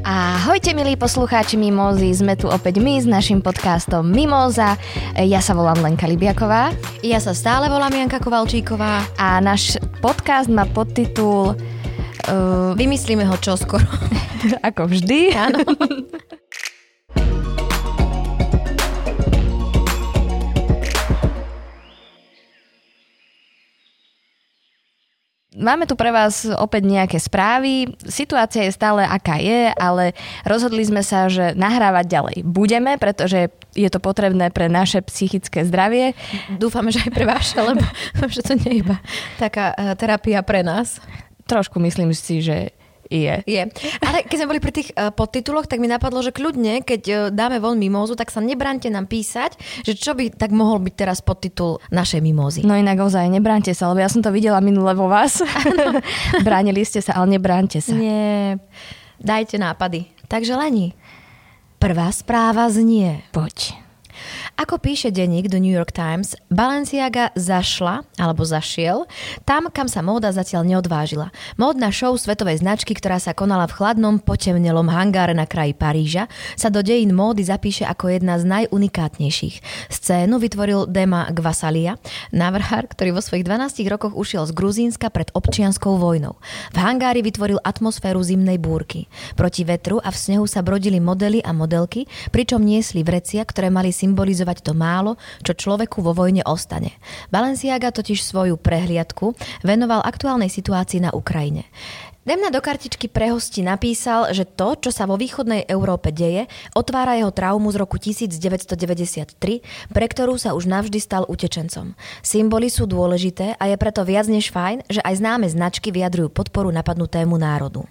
Ahojte milí poslucháči Mimózy, sme tu opäť my s našim podcastom Mimóza. Ja sa volám Lenka Libiaková Ja sa stále volám Janka Kovalčíková. a náš podcast má podtitul uh, Vymyslíme ho čoskoro. ako vždy. Áno. Máme tu pre vás opäť nejaké správy. Situácia je stále aká je, ale rozhodli sme sa, že nahrávať ďalej budeme, pretože je to potrebné pre naše psychické zdravie. Dúfame, že aj pre vaše, lebo že to nie je iba taká eh, terapia pre nás. Trošku myslím si, že je. Je. Ale keď sme boli pri tých eh, podtituloch, tak mi napadlo, že kľudne, keď eh, dáme von mimózu, tak sa nebrante nám písať, že čo by tak mohol byť teraz podtitul našej mimózy. No inak ozaj, nebránte sa, lebo ja som to videla minule vo vás. Bránili ste sa, ale nebránte sa. Nie. Dajte nápady. Takže Leni, prvá správa znie. Poď. Ako píše denník The New York Times, Balenciaga zašla, alebo zašiel, tam, kam sa móda zatiaľ neodvážila. Módna show svetovej značky, ktorá sa konala v chladnom, potemnelom hangáre na kraji Paríža, sa do dejín módy zapíše ako jedna z najunikátnejších. Scénu vytvoril Dema Gvasalia, návrhár, ktorý vo svojich 12 rokoch ušiel z Gruzínska pred občianskou vojnou. V hangári vytvoril atmosféru zimnej búrky. Proti vetru a v snehu sa brodili modely a modelky, pričom niesli vrecia, ktoré mali symbolizovať to málo, čo človeku vo vojne ostane. Balenciaga totiž svoju prehliadku venoval aktuálnej situácii na Ukrajine. Demna do kartičky pre hosti napísal, že to, čo sa vo východnej Európe deje, otvára jeho traumu z roku 1993, pre ktorú sa už navždy stal utečencom. Symboly sú dôležité a je preto viac než fajn, že aj známe značky vyjadrujú podporu napadnutému národu.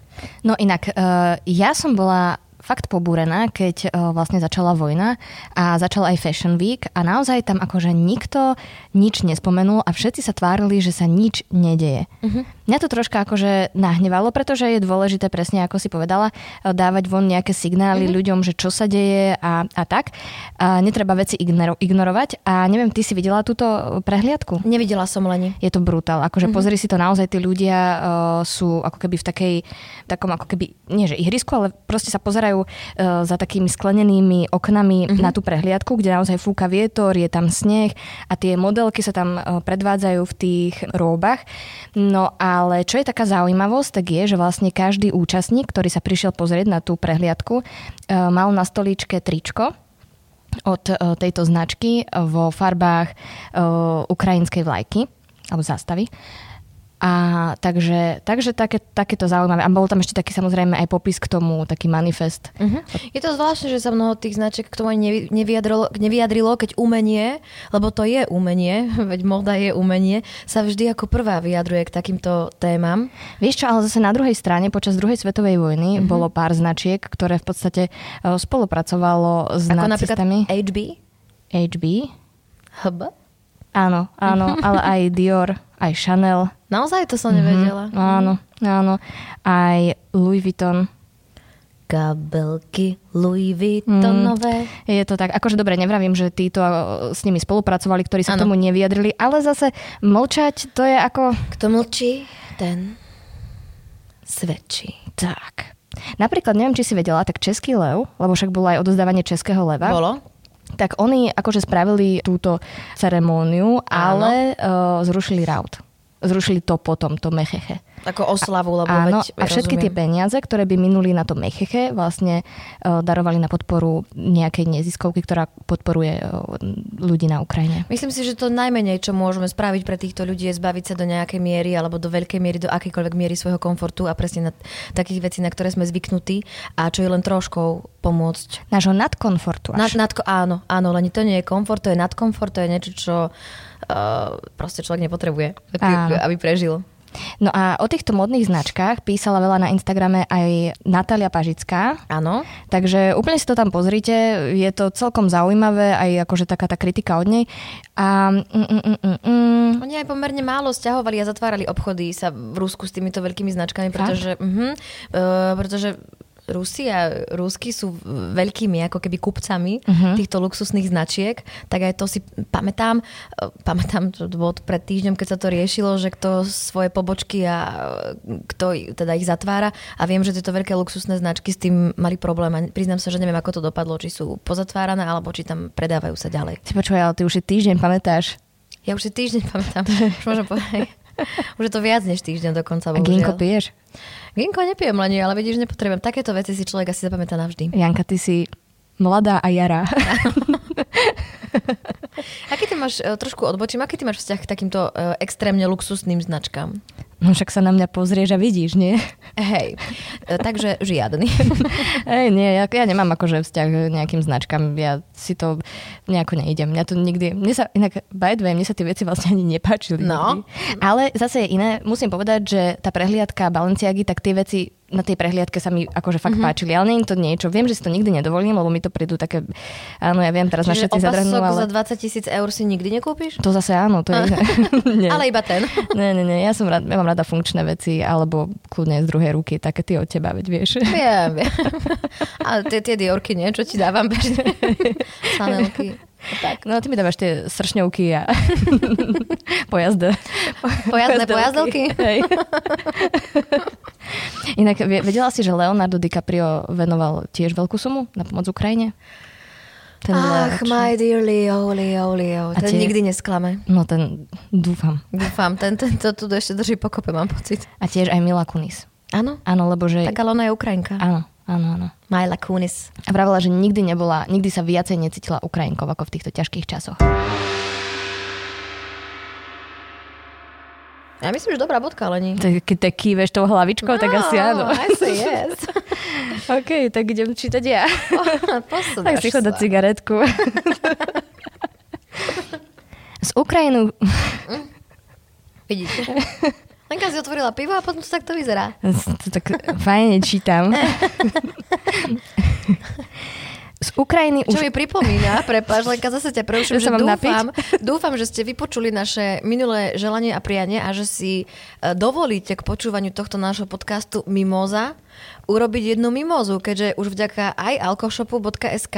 No inak, uh, ja som bola fakt pobúrená, keď uh, vlastne začala vojna a začal aj Fashion Week a naozaj tam akože nikto nič nespomenul a všetci sa tvárili, že sa nič nedeje. Uh-huh. Mňa to troška akože nahnevalo, pretože je dôležité presne, ako si povedala, uh, dávať von nejaké signály uh-huh. ľuďom, že čo sa deje a, a tak. A netreba veci ignoro- ignorovať a neviem, ty si videla túto e, prehliadku? Nevidela som Leni. je to brutál. Akože mm-hmm. pozri si to naozaj, tí ľudia uh, sú ako keby v takej, takom ako keby, nie že ihrisku, ale proste sa pozerajú uh, za takými sklenenými oknami mm-hmm. na tú prehliadku, kde naozaj fúka vietor, je tam sneh a tie modelky sa tam uh, predvádzajú v tých róbach. No ale čo je taká zaujímavosť, tak je, že vlastne každý účastník, ktorý sa prišiel pozrieť na tú prehliadku, uh, mal na stolíčke tričko od e, tejto značky vo farbách e, ukrajinskej vlajky alebo zástavy. A takže, takže také, takéto zaujímavé. A bol tam ešte taký samozrejme aj popis k tomu, taký manifest. Uh-huh. Je to zvláštne, že sa mnoho tých značiek k tomu ani nevy- nevyjadrilo, nevyjadrilo, keď umenie, lebo to je umenie, veď moda je umenie, sa vždy ako prvá vyjadruje k takýmto témam. Vieš čo, ale zase na druhej strane, počas druhej svetovej Mhm. vojny mm-hmm. bolo pár značiek, ktoré v podstate e, spolupracovalo s Ako napríklad nacistami. HB, HB. HB. Áno, áno, ale aj Dior, aj Chanel. Naozaj to som nevedela. No, áno, áno. Aj Louis Vuitton. Kabelky Mhm. Louis Vuittonové. Je to tak. Akože dobre, nevravím, že títo e, s nimi spolupracovali, ktorí sa Áno. ano. tomu nevyjadrili, ale zase mlčať to je ako... Kto mlčí, ten svedčí. Tak. Napríklad, neviem, či si vedela, tak Český lev, lebo však bolo aj odozdávanie Českého leva. Bolo? Tak oni akože spravili túto ceremóniu, ale uh, zrušili raut. Zrušili to potom, to mecheche. Ako oslavu, lebo Áno, veď a všetky tie rozumiem. peniaze, ktoré by minuli na to mecheche, vlastne uh, darovali na podporu nejakej neziskovky, ktorá podporuje eh, ľudí na Ukrajine. Myslím si, že to najmenej, čo môžeme spraviť pre týchto ľudí, je zbaviť sa do nejakej miery alebo do veľkej miery, do akýkoľvek miery svojho komfortu a presne na t- takých vecí, na ktoré sme zvyknutí a čo je len troškou pomôcť. Nášho nadkomfortu Nad, až. nadko, áno, áno, len to nie je komfort, to je nadkomfort, to je niečo, čo uh, proste človek nepotrebuje, aby, Áno. aby prežil. No a o týchto modných značkách písala veľa na Instagrame aj Natália Pažická, Áno. Takže úplne si to tam pozrite, je to celkom zaujímavé, aj akože taká tá kritika od nej. A mm, mm, mm, mm, mm, Oni aj pomerne málo stiahovali a zatvárali obchody sa v Rusku s týmito veľkými značkami, mhm, e, Fakt? pretože, uh-huh, uh, pretože Rusi a Rusky sú veľkými ako keby kupcami uh-huh. týchto luxusných značiek, tak aj to si pamätám, eh, pamätám, to bolo pred týždňom, keď sa to riešilo, že kto svoje pobočky a eh, kto i- teda ich zatvára a viem, že tieto veľké luxusné značky s tým mali problém a priznám sa, že neviem, ako to dopadlo, či sú pozatvárané alebo či tam predávajú sa ďalej. Si počúvaj, ale ty už je týždeň, pamätáš? Ja už si týždeň pamätám, už môžem povedať. Už je to viac než týždeň dokonca, A ginko No, bohužiaľ. piješ? Ginko nepijem len, ale vidíš, nepotrebujem. Takéto veci si človek asi zapamätá navždy. Janka, ty si mladá a jará. Aký ty máš, e, trošku odbočím, aký ty máš vzťah k takýmto e, extrémne luxusným značkám? No však sa na mňa pozrieš a vidíš, nie? Hej, E, takže žiadny. Hej, nie, ja, ja nemám akože vzťah k nejakým značkám, ja si to nejako neidem. Mňa to nikdy, mne sa, inak by the way, mne sa tie veci vlastne ani nepáčili. No. Nikdy. Ale zase je iné, musím povedať, že tá prehliadka Balenciagy, tak tie veci na tej prehliadke sa mi akože fakt Mhm. mm-hmm. páčili, ale nie je to niečo. Viem, že si to nikdy nedovolím, lebo mi to prídu také, áno, ja viem, teraz na Čiže všetci zadrhnú, ale... opasok za 20 tisíc eur si nikdy nekúpiš? To zase áno, to je iné. Nie. Ale iba ten. Nie, nie, nie, ja, som rád, ja mám rada funkčné veci, alebo kľudne z druhej ruky, také ty od teba, veď vieš. Viem, viem. Ale tie, tie diorky nie, čo ti dávam bežne. Sanelky. Tak. No, ty mi dávaš tie sršňovky a pojazde. Pojazdné pojazdelky? Hej. Inak vie- vedela si, že Leonardo DiCaprio venoval tiež veľkú sumu na pomoc Ukrajine? Leo, Ach, čo- my dear Leo, Leo, Leo. A Ten tie- nikdy nesklame. No ten, dúfam. Dúfam, ten, ten to tu ešte drží pokope, mám pocit. A tiež aj Mila Kunis. Áno? Áno, lebo že... Tak ale ona je Ukrajinka. Áno, áno, áno. Myla Kunis. A pravila, že nikdy nebola, nikdy sa viacej necítila Ukrajinkov ako v týchto ťažkých časoch. Ja myslím, že dobrá bodka, ale nie. Tak keď tak kýveš tou hlavičkou, tak asi áno. I say yes. OK, tak idem čítať ja. Posudáš Tak si chod dať cigaretku. Z Ukrajinu... Vidíte. Lenka si otvorila pivo a potom to takto vyzerá. To tak fajne čítam. Z Ukrajiny už... Čo mi pripomína, prepáč, Lenka, zase ťa Ja preruším, že sa mám dúfam, dúfam, že ste vypočuli naše minulé želanie a prianie a že si e, dovolíte k počúvaniu tohto nášho podcastu Mimoza urobiť jednu mimozu, keďže už vďaka aj alkoshopu.sk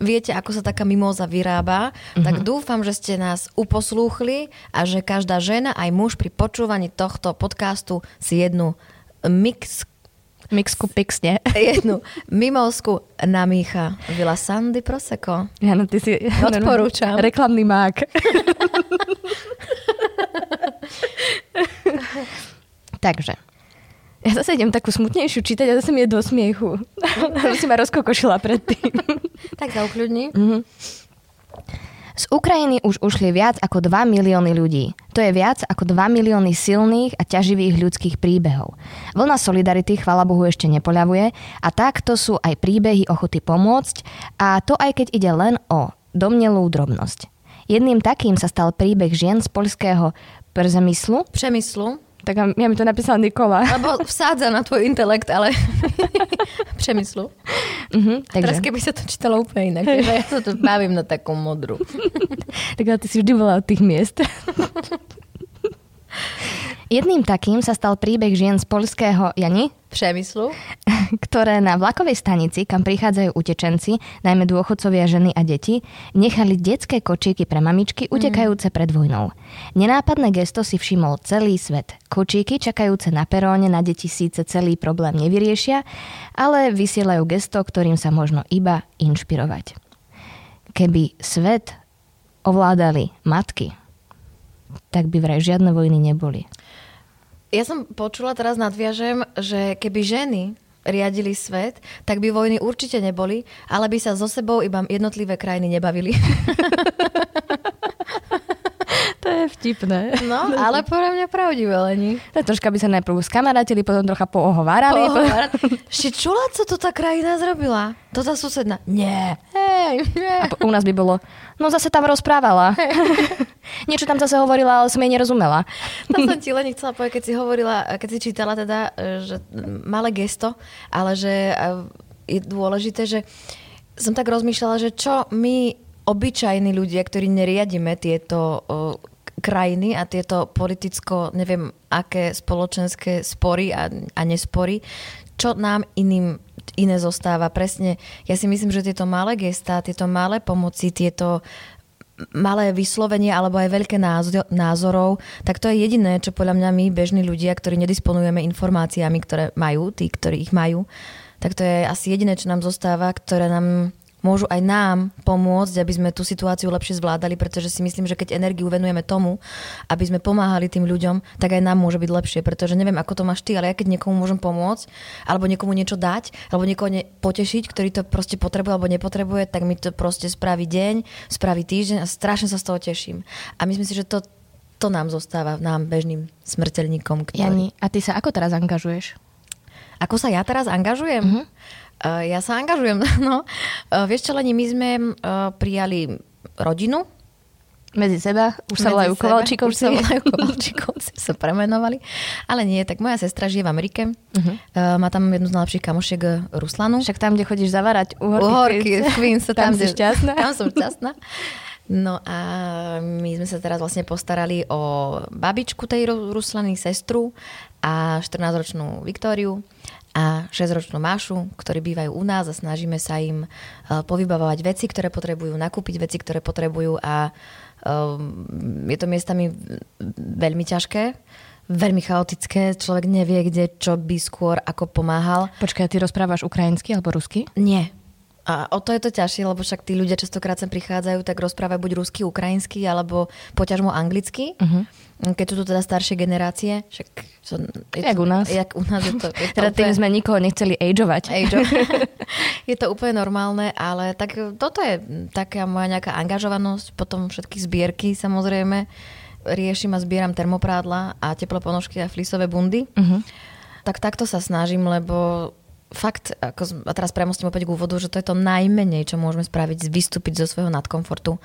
viete, ako sa taká mimoza vyrába, mm-hmm. Mhm. tak dúfam, že ste nás uposlúchli a že každá žena aj muž pri počúvaní tohto podcastu si jednu mix Mixku pix, nie? jednu mimozku namícha Vila Sandy Prosecco. Ja, no, ty si... Odporúčam. Reklamný mák. Takže. Ja zase idem takú smutnejšiu čítať a zase mi je do smiechu. Som si ma rozkokošila predtým. Tak sa ukľudni. Z Ukrajiny už ušli viac ako 2 milióny ľudí. To je viac ako 2 milióny silných a ťaživých ľudských príbehov. Vlna solidarity, chvala Bohu, ešte nepoľavuje a takto sú aj príbehy ochoty pomôcť a to aj keď ide len o domnelú drobnosť. Jedným takým sa stal príbeh žien z poľského Przemyslu. Přemyslu. Tak ja mi to napísala Nikola. Lebo vsádza na tvoj intelekt, ale přemyslu. Mhm, Teraz takže, keby sa to čítalo úplne inak, že ja sa tu bavím na takú modru. tak ale ty si vždy bola od tých miest. Jedným takým sa stal príbeh žien z poľského Jani? Přemyslu. ktoré na vlakovej stanici, kam prichádzajú utečenci, najmä dôchodcovia, ženy a deti, nechali detské kočíky pre mamičky utekajúce pred vojnou. Nenápadné gesto si všimol celý svet. Kočíky čakajúce na peróne na deti síce celý problém nevyriešia, ale vysielajú gesto, ktorým sa možno iba inšpirovať. Keby svet ovládali matky, tak by vraj žiadne vojny neboli. Ja som počula, teraz nadviažem, že keby ženy riadili svet, tak by vojny určite neboli, ale by sa so sebou iba jednotlivé krajiny nebavili. To je vtipné. No, ale podľa mňa pravdivé, Leni. Tak troška by sa najprv skamarátili, potom trocha poohovárali. potom- Pohovárať. Ešte čula, co to tá krajina zrobila? To tá susedná. Nie. Hej, nie. A po- u nás by bolo, no zase tam rozprávala. Niečo tam zase hovorila, ale som jej nerozumela. To som ti len chcela povedať, keď si hovorila, keď si čítala teda, e, že malé gesto, ale že e, je dôležité, že som tak rozmýšľala, že čo my obyčajní ľudia, ktorí neriadime tieto o, k- krajiny a tieto politicko, neviem, aké spoločenské spory a, a nespory, čo nám iným iné zostáva. Presne, ja si myslím, že tieto malé gestá, tieto malé pomoci, tieto malé vyslovenie alebo aj veľké názor, názorov, tak to je jediné, čo podľa mňa my, bežní ľudia, ktorí nedisponujeme informáciami, ktoré majú, tí, ktorí ich majú, tak to je asi jediné, čo nám zostáva, ktoré nám môžu aj nám pomôcť, aby sme tú situáciu lepšie zvládali, pretože si myslím, že keď energiu venujeme tomu, aby sme pomáhali tým ľuďom, tak aj nám môže byť lepšie, pretože neviem, ako to máš ty, ale ja keď niekomu môžem pomôcť, alebo niekomu niečo dať, alebo niekoho ne- potešiť, ktorý to proste potrebuje alebo nepotrebuje, tak mi to proste spraví deň, spraví týždeň a strašne sa z toho teším. A myslím si, že to, to nám zostáva, nám bežným smrteľníkom. Ktorý... Jani, a ty sa ako teraz angažuješ? Ako sa ja teraz angažujem? Uh-huh. Uh, ja sa angažujem, no. Uh, vieš čo, Leni, my sme uh, prijali rodinu. Medzi seba, už sa Medzi volajú seba. Už kovalčíkovci. sa volajú Kovalčíkovci, sa premenovali. Ale nie, tak moja sestra žije v Amerike. Uh-huh. Uh, má tam jednu z najlepších kamošiek eh, Ruslanu. Mhm. Však tam, kde chodíš zavarať uhorky, Uhorky, Queens. Queens, tam, si kde- šťastná. Tam som šťastná. No a my sme sa teraz vlastne postarali o babičku tej Ru- Ruslany, sestru a 14-ročnú Viktóriu a 6-ročnú Mášu, ktorí bývajú u nás a snažíme sa im eh, povybavovať veci, ktoré potrebujú, nakúpiť veci, ktoré potrebujú a ehm, je to miestami veľmi ťažké, veľmi chaotické, človek nevie, kde čo by skôr ako pomáhal. Počkaj, ty rozprávaš ukrajinsky alebo rusky? Nie. A o to je to ťažšie, lebo však tí ľudia častokrát sem prichádzajú, tak rozprávajú buď rusky, ukrajinsky, alebo poťažmo anglicky. Mhm. Uh-huh. Keď sú tu teda staršie generácie, však... To, je Jak u to, nás. Jak u nás je to... Je to Teda tým sme nikoho nechceli ageovať. Ej, čo? je to úplne normálne, ale tak toto je taká moja nejaká angažovanosť, potom všetky zbierky samozrejme. Riešim a zbieram termoprádla a teplé ponožky a flisové bundy. Mhm. Uh-huh. Tak takto sa snažím, lebo fakt, ako, z- a teraz premostím opäť k úvodu, že to je to najmenej, čo môžeme spraviť, vystúpiť zo svojho nadkomfortu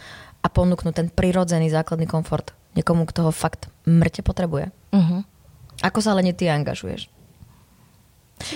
a ponúknuť ten prirodzený základný komfort niekomu, kto ho fakt mŕte potrebuje. Uh-huh. Ako sa ale nie ty angažuješ?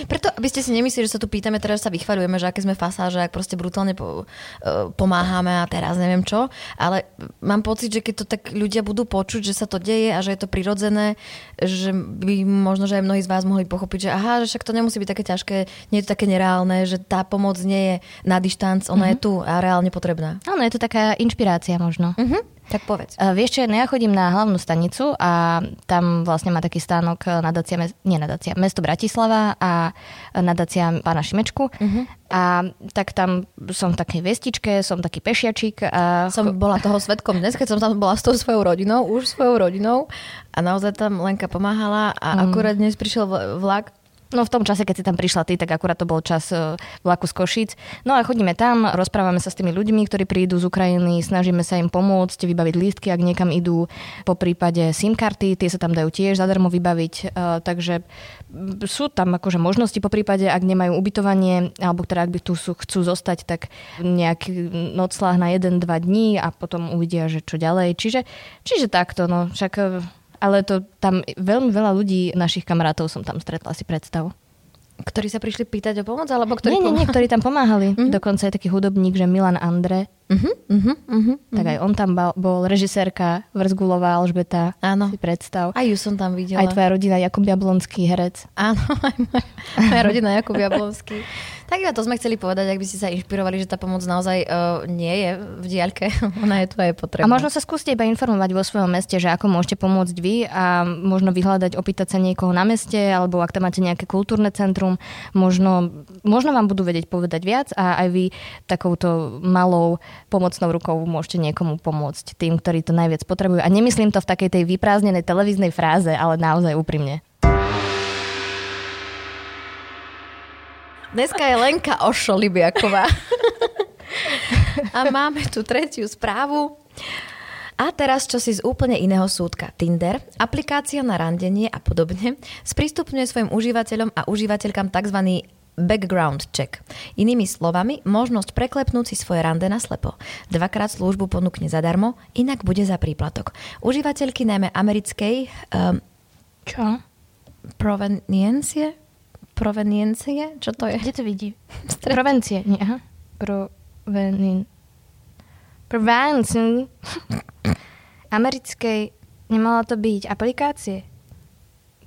Preto, aby ste si nemysleli, že sa tu pýtame, teraz sa vychvaľujeme, že aké sme fasáže, ak proste brutálne po, eh, pomáhame a teraz neviem čo, ale mám pocit, že keď to tak ľudia budú počuť, že sa to deje a že je to prirodzené, že by možno, že aj mnohí z vás mohli pochopiť, že aha, že však to nemusí byť také ťažké, nie je to také nereálne, že tá pomoc nie je na dištanc, ona mm-hmm. je tu a reálne potrebná. Áno, No, je to taká inšpirácia možno. Mm-hmm. Tak povedz. Uh, vieš čo, no ja chodím na hlavnú stanicu a tam vlastne má taký stánok eh, nadácia, mes- nie nadácia, mesto Bratislava a eh, nadácia pána Šimečku. Uh-huh. A tak tam som v takej vestičke, som taký pešiačik. eh, A som bola toho svetkom dnes, keď som tam bola s tou svojou rodinou, už svojou rodinou a naozaj tam Lenka pomáhala a mm. Mhm. akurát dnes prišiel vl- vlak. No v tom čase, keď si tam prišla ty, tak akurát to bol čas e, vlaku z Košíc. No a chodíme tam, rozprávame sa s tými ľuďmi, ktorí prídu z Ukrajiny, snažíme sa im pomôcť, vybaviť lístky, ak niekam idú, po prípade SIM karty, tie sa tam dajú tiež zadarmo vybaviť, E, takže m, sú tam akože možnosti po prípade, ak nemajú ubytovanie, alebo teda ak by tu sú, chcú zostať, tak nejaký noclách na 1-2 dní a potom uvidia, že čo ďalej. Čiže, čiže takto, no však e, ale to tam veľmi veľa ľudí, našich kamarátov som tam stretla, si predstav. Ktorí sa prišli pýtať o pomoc, alebo Ktorí ktorí... nie, nie, nie, ktorí tam pomáhali. Mhm. Mm-hmm. Dokonca je taký hudobník, že Milan Andre, Uh-huh, uh-huh, uh-huh. mm-hmm. tak aj on tam bol, bol režisérka Vrzgulová Alžbeta, Áno. si predstav. Aj ju som tam videla. Aj tvoja rodina, Jakub Jablonský, herec. Áno, aj moja, moja rodina Jakub Jablonský. Tak iba to sme chceli povedať, ak by ste sa inšpirovali, že tá pomoc naozaj uh, nie je v diaľke, ona je tu a je A potrebná. možno sa skúste iba informovať vo svojom meste, že ako môžete pomôcť vy a možno vyhľadať, opýtať sa niekoho na meste, alebo ak tam máte nejaké kultúrne centrum, možno, možno vám budú vedieť povedať viac a aj vy takouto malou pomocnou rukou môžete niekomu pomôcť, tým, ktorí to najviac potrebujú. A nemyslím to v takej tej vyprázdnenej televíznej fráze, ale naozaj úprimne. Dneska je Lenka Ošolibiaková. A máme tu tretiu správu. A teraz čo si z úplne iného súdka. Tinder, aplikácia na randenie a podobne, sprístupňuje svojim užívateľom a užívateľkám tzv. background check. Inými slovami, možnosť preklepnúť si svoje rande na slepo. Dvakrát službu ponúkne zadarmo, inak bude za príplatok. Užívateľky najmä americkej um, Čo? proveniencie? Proveniencie? Čo to je? Kde to vidí? Provencie. Nie, aha. Provenin. Provencin. Americkej nemala to byť aplikácie.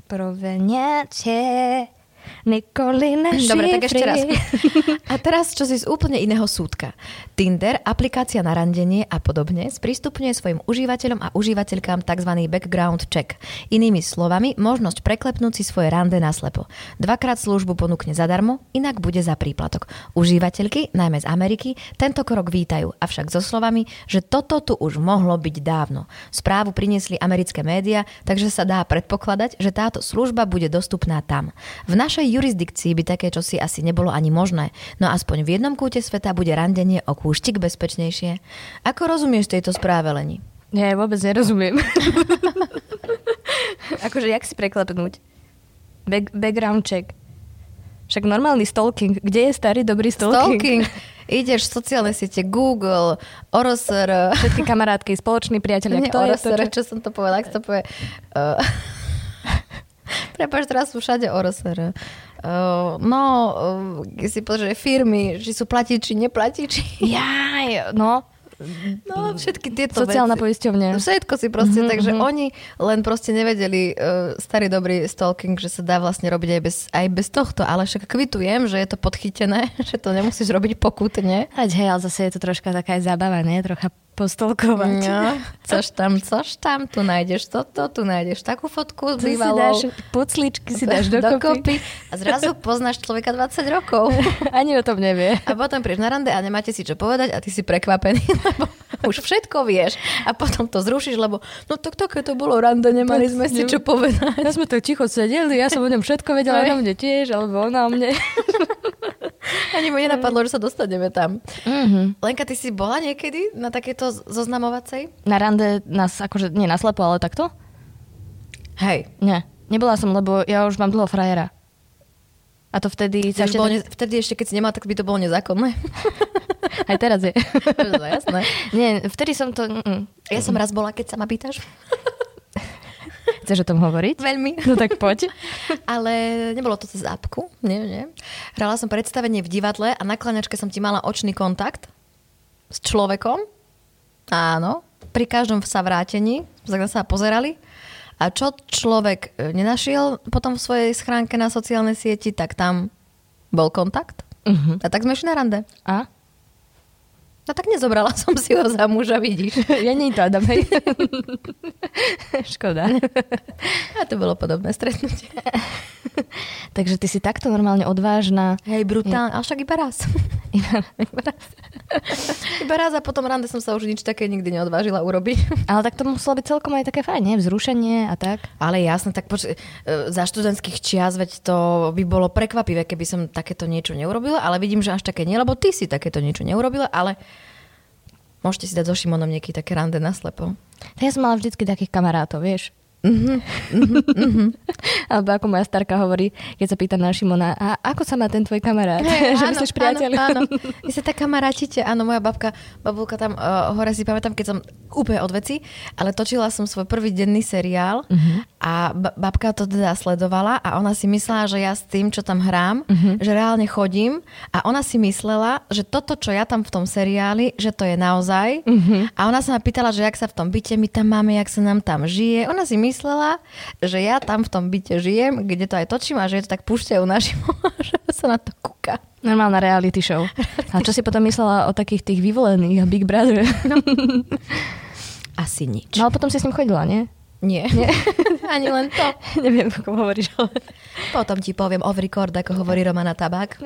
Proveniencie. Nikoli naši Dobre, tak ešte raz. fri- A teraz čo si z úplne iného súdka. Tinder, aplikácia na randenie a podobne sprístupňuje svojim užívateľom a užívateľkám tzv. background check. Inými slovami, možnosť preklepnúť si svoje rande naslepo. Dvakrát službu ponúkne zadarmo, inak bude za príplatok. Užívateľky, najmä z Ameriky, tento krok vítajú, avšak so slovami, že toto tu už mohlo byť dávno. Správu priniesli americké médiá, takže sa dá predpokladať, že táto služba bude dostupná tam. V našej jurisdikcii by také čosi asi nebolo ani možné, no aspoň v jednom kúte sveta bude randenie o kúštik bezpečnejšie. Ako rozumieš tejto správe, Leni? Ja jej vôbec nerozumiem. akože, jak si preklepnúť? Back, background check. Však normálny stalking. Kde je starý dobrý stalking? Ideš v sociálne siete Google, Orosr, Všetky kamarátky, spoloční priatelia. Nie, Kto je to, orosr, čo... čo... som to povedala, ak to povie... Uh, Prepač, teraz sú všade orosr. Uh, no, uh, keď si pozrieš že firmy, či sú platiči, neplatiči. Jaj, no. No, všetky tieto Mm. Sociálna veci. No, poisťovňa. Mhm, Všetko si proste, mm-hmm, takže mm-hmm. oni len proste nevedeli, uh, starý dobrý stalking, že sa dá vlastne robiť aj bez, aj bez tohto, ale však kvitujem, že je to podchytené, že to nemusíš robiť pokutne. Ať hej, ale zase je to troška taká aj zábava, nie? Trocha postolkovať. No, což tam, což tam, tu nájdeš toto, tu nájdeš takú fotku s Tu si bývalou. dáš, pucličky si dáš dokopy. A zrazu poznáš človeka 20 rokov. Ani o tom nevie. A potom prídeš na rande a nemáte si čo povedať a ty si prekvapený, lebo už všetko vieš. A potom to zrušíš, lebo no tak také to bolo rande, nemali sme si čo povedať. Ja sme to ticho sedeli, ja som o ňom všetko vedela, ona Hej. o mne tiež, alebo ona o mne. Ani mu nenapadlo, že sa dostaneme tam. Mhm. Lenka, ty si bola niekedy na takéto z- zoznamovacej? Na rande nás akože, nie naslepo, ale takto? Hej. Nie. Nebola som, lebo ja už mám dlho frajera. A to vtedy... sa Ešte ešte bolo tak- ne- vtedy ešte, keď si nemala, tak by to bolo nezákonné. Aj teraz je. No, jasné. Nie, vtedy som to... Mm, Ja som raz bola, keď sa ma pýtaš. chceš o tom hovoriť? Veľmi. No tak poď. Ale nebolo to cez apku, nie, nie. Hrala som predstavenie v divadle a na klaňačke som ti mala očný kontakt s človekom. Áno, pri každom sa vrátení, tak sa pozerali. A čo človek e, nenašiel potom v svojej schránke na sociálnej sieti, tak tam bol kontakt. Uh-huh. A tak sme išli na rande. A? No tak nezobrala som si ho za muža, vidíš. Ja nie je to Adam, hej. Škoda. A to bolo podobné stretnutie. Takže ty si takto normálne odvážna. Hej, brutálne, ale však iba raz. Iba raz. Iba raz a potom rande som sa už nič také nikdy neodvážila urobiť. Ale tak to muselo byť celkom aj také fajn, nie? Vzrušenie a tak. Ale jasne, tak poč- e, za študentských čias, veď to by bolo prekvapivé, keby som takéto niečo neurobila, ale vidím, že až také nie, lebo ty si takéto niečo neurobila, ale môžete si dať so Šimonom nieký také rande naslepo. Tak ja som mala vždycky takých kamarátov, vieš. Mhm, Alebo ako moja starka hovorí, keď sa pýta na Šimona, a ako sa má ten tvoj kamarát? že áno, vy ste priateľ? Áno, áno. Vy sa tak kamarátite. Áno, moja babka, babulka tam uh, hore si pamätám, keď som úplne od veci, ale točila som svoj prvý denný seriál uh-huh. a ba- babka to teda sledovala a ona si myslela, že ja s tým, čo tam hrám, uh-huh. že reálne chodím a ona si myslela, že toto, čo ja tam v tom seriáli, že to je naozaj uh-huh. a ona sa ma pýtala, že jak sa v tom byte my tam máme, jak sa nám tam žije. Ona si myslela, že ja tam v tom byte žijem, kde to aj točím a že je to tak púšťajú našim, že sa na to kúka. Normálna reality show. A čo si potom myslela o takých tých vyvolených a Big Brother? Asi nič. No ale potom si s ním chodila, nie? Nie. Nie. Ani len to. Neviem, ako hovoríš, ale... Potom ti poviem off record, ako hovorí Romana Tabák.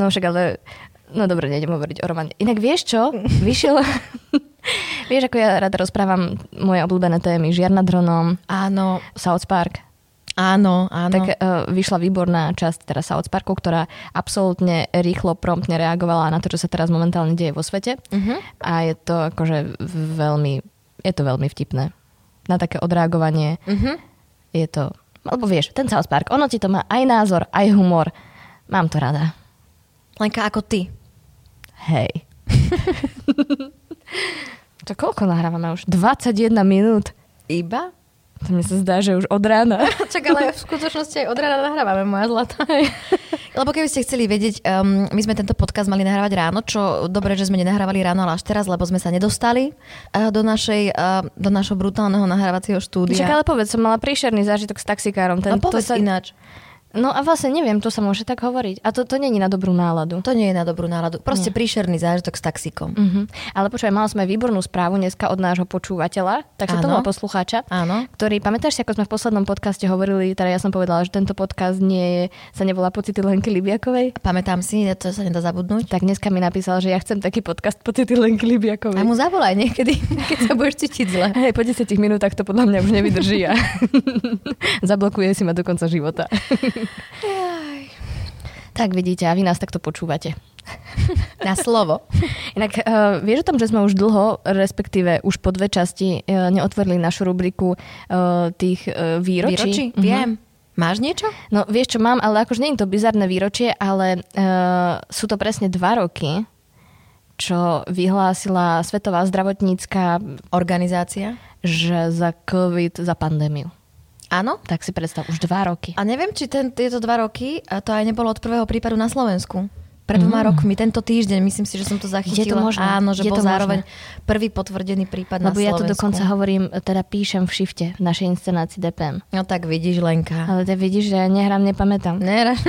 No však ale... No dobre, nejdem hovoriť o románe. Inak vieš čo? Vyšiel... vieš, ako ja rada rozprávam moje obľúbené témy. Žiar nad dronom, Áno, South Park. áno, áno. Tak uh, vyšla výborná časť teda South Parku, ktorá absolútne rýchlo, promptne reagovala na to, čo sa teraz momentálne deje vo svete. Mhm. A je to akože veľmi, je to veľmi vtipné. Na také odreagovanie Mhm. je to, alebo vieš, ten South Park, ono ti to má aj názor, aj humor. Mám to rada. Lenka, ako ty. Hej. to koľko nahrávame už? 21 minút. Iba? To mi sa zdá, že už od rána. Čak, ale v skutočnosti aj od rána nahrávame, moja zlatá. Lebo keby ste chceli vedieť, um, my sme tento podcast mali nahrávať ráno, čo dobre, že sme nenahrávali ráno, ale až teraz, lebo sme sa nedostali uh, do, našej, uh, do našho brutálneho nahrávacieho štúdia. Čak, ale povedz, som mala príšerný zážitok s taxikárom. Ten, no, povedz to sa, ináč. No a vlastne neviem, to sa môže tak hovoriť. A to, to není na dobrú náladu. To nie Mm. je na dobrú náladu. Proste Nie. príšerný zážitok s taxikom. Uh-huh. Ale počúvaj, mali sme výbornú správu dneska od nášho počúvateľa, takže Áno. toho poslucháča, Áno. ktorý, pamätáš si, ako sme v poslednom podcaste hovorili, teda ja som povedala, že tento podcast nie je, sa nevolá pocity Lenky Libiakovej, Pamätám si, to sa nedá zabudnúť. tak dneska mi napísal, že ja chcem taký podcast pocity Lenky Libiakovej. A mu zavolaj niekedy, keď sa budeš cítiť zle. Hej, po 10 minútach to podľa mňa už nevydrží a zablokuje si ma do konca života. tak vidíte, a vy nás takto počúvate. Na slovo. Inak uh, vieš o tom, že sme už dlho, respektíve už po dve časti uh, neotvorili našu rubriku uh, tých uh, výročí? Mhm. Viem. Máš niečo? No vieš, čo mám, ale akože nie je to bizarné výročie, ale uh, sú to presne dva roky, čo vyhlásila Svetová zdravotnícka, Organizácia? že za COVID, za pandémiu. Áno. Tak si predstav, už dva roky. A neviem, či ten, tieto dva roky, a to aj nebolo od prvého prípadu na Slovensku. Pred dvoma rokmi, tento týždeň, myslím si, že som to zachytila. možné? Áno, že Mm. Je bol to možné? zároveň prvý potvrdený prípad na Lebo ja to Slovensku. dokonca hovorím, teda píšem v šifte v našej inscenácii DPM. No tak vidíš, Lenka. Ale teda vidíš, že ja nehrám, nepamätám. Nehráš,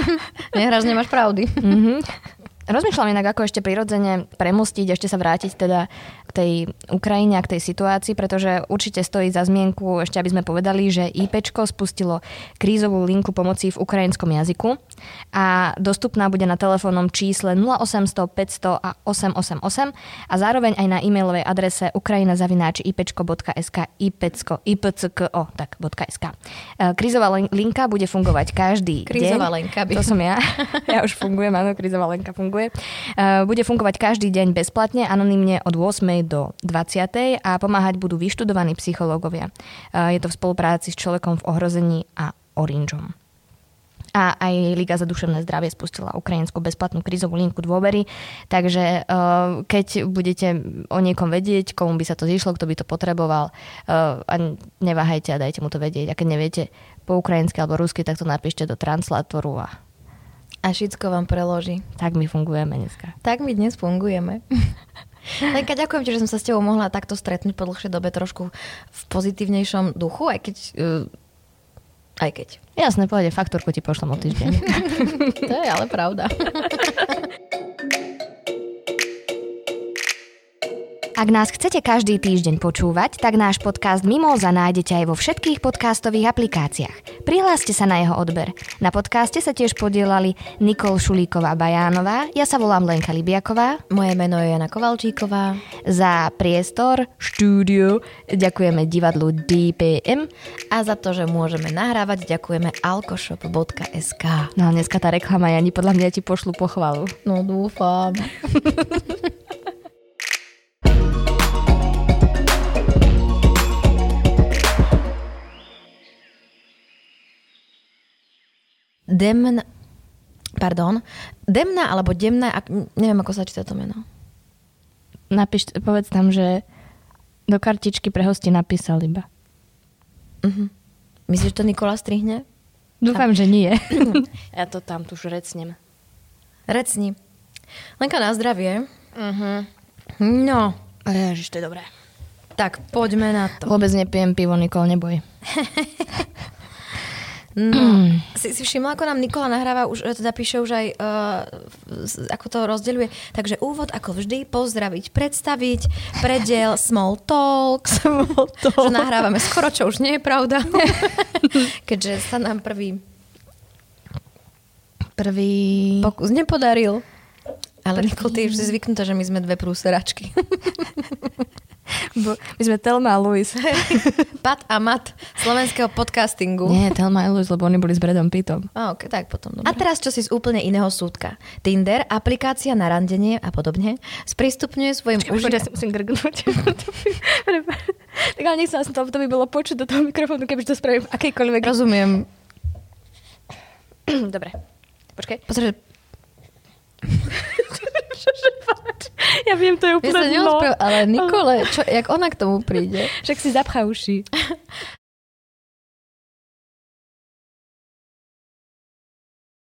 nehráš nemáš pravdy. Mhm. Rozmýšľam inak, ako ešte prirodzene premostiť, ešte sa vrátiť teda k tej Ukrajine a k tej situácii, pretože určite stojí za zmienku, ešte aby sme povedali, že IPčko spustilo krízovú linku pomoci v ukrajinskom jazyku a dostupná bude na telefónnom čísle 0800 500 a 888 a zároveň aj na e-mailovej adrese ukrajina.ipčko.sk ipecko, ipcko, tak, .sk. E, Krízová lin- linka bude fungovať každý Krízová deň. linka by- To som ja. Ja už fungujem, áno, krízová lenka funguje. Eh, Bude fungovať každý deň bezplatne, anonymne od 8. do 20. a pomáhať budú vyštudovaní psychológovia. Eh, Je to v spolupráci s človekom v ohrození a Orangeom. A aj Liga za duševné zdravie spustila ukrajinskú bezplatnú krízovú linku dôvery. Takže eh, keď budete o niekom vedieť, komu by sa to zišlo, kto by to potreboval, eh, a neváhajte a dajte mu to vedieť. A keď neviete po ukrajinsky alebo rusky, tak to napíšte do translátoru a A Šicko vám preloží. tak my fungujeme dneska. Tak my dnes fungujeme. Lenka, ďakujem ti, že som sa s tebou mohla takto stretnúť po dlhšej dobe trošku v pozitívnejšom duchu, aj keď... eh, aj keď. Jasné, pôjde, faktúrku ti pošlem o týždeň. To je ale pravda. Ak nás chcete každý týždeň počúvať, tak náš podcast Mimoza nájdete aj vo všetkých podcastových aplikáciách. Prihláste sa na jeho odber. Na podcaste sa tiež podielali Nikol Šulíková-Bajánová, ja sa volám Lenka Libiaková. Moje meno je Jana Kovalčíková Za priestor, štúdio, ďakujeme divadlu DPM. a za to, že môžeme nahrávať, ďakujeme alkoshop.sk. No a dneska tá reklama, Jani, podľa mňa ti pošlu pochvalu. No dúfam. Demn... Pardon. Demna alebo Demna, ak, neviem, ako sa číta to meno. Napíš, povedz tam, že do kartičky pre hosti napísal iba. Myslíš, že to Nikola strihne? Dúfam, že nie. ja to tam tu žrecnem. Recni. Lenka, na zdravie. Mhm. No, Ježiš, to je dobré. tak poďme na to. Vôbec nepijem pivo, Nikol, neboj. No, si, si všimla, ako nám Nikola nahráva, už e, teda píše už aj, uh, ako to rozdeľuje. Takže úvod, ako vždy, pozdraviť, predstaviť, prediel, small talk, small talk. že nahrávame skoro, čo už nie je pravda. Keďže sa nám prvý Prvý... Po... pokus nepodaril. Ale Nikol, ty už si zvyknutá, že my sme dve prúseračky. My sme Telma a Luis. Pat a mat slovenského podcastingu. Nie, Telma a Luis, lebo oni boli s Bredom Pittom. A, okay, tak potom, dobre. a teraz čo si z úplne iného súdka. Tinder, aplikácia na randenie a podobne sprístupňuje svojim Už ja si musím grgnúť. Prepáč. tak ale nechcela som to, aby to by bolo počuť do toho mikrofónu, keby to spravím v akejkoľvek... Rozumiem. Dobre. Počkaj. Pozri, Ja viem, to je ja sa úplne dno. neodpr- ale Nikole, čo, jak ona k tomu príde? Však si zapchá uši.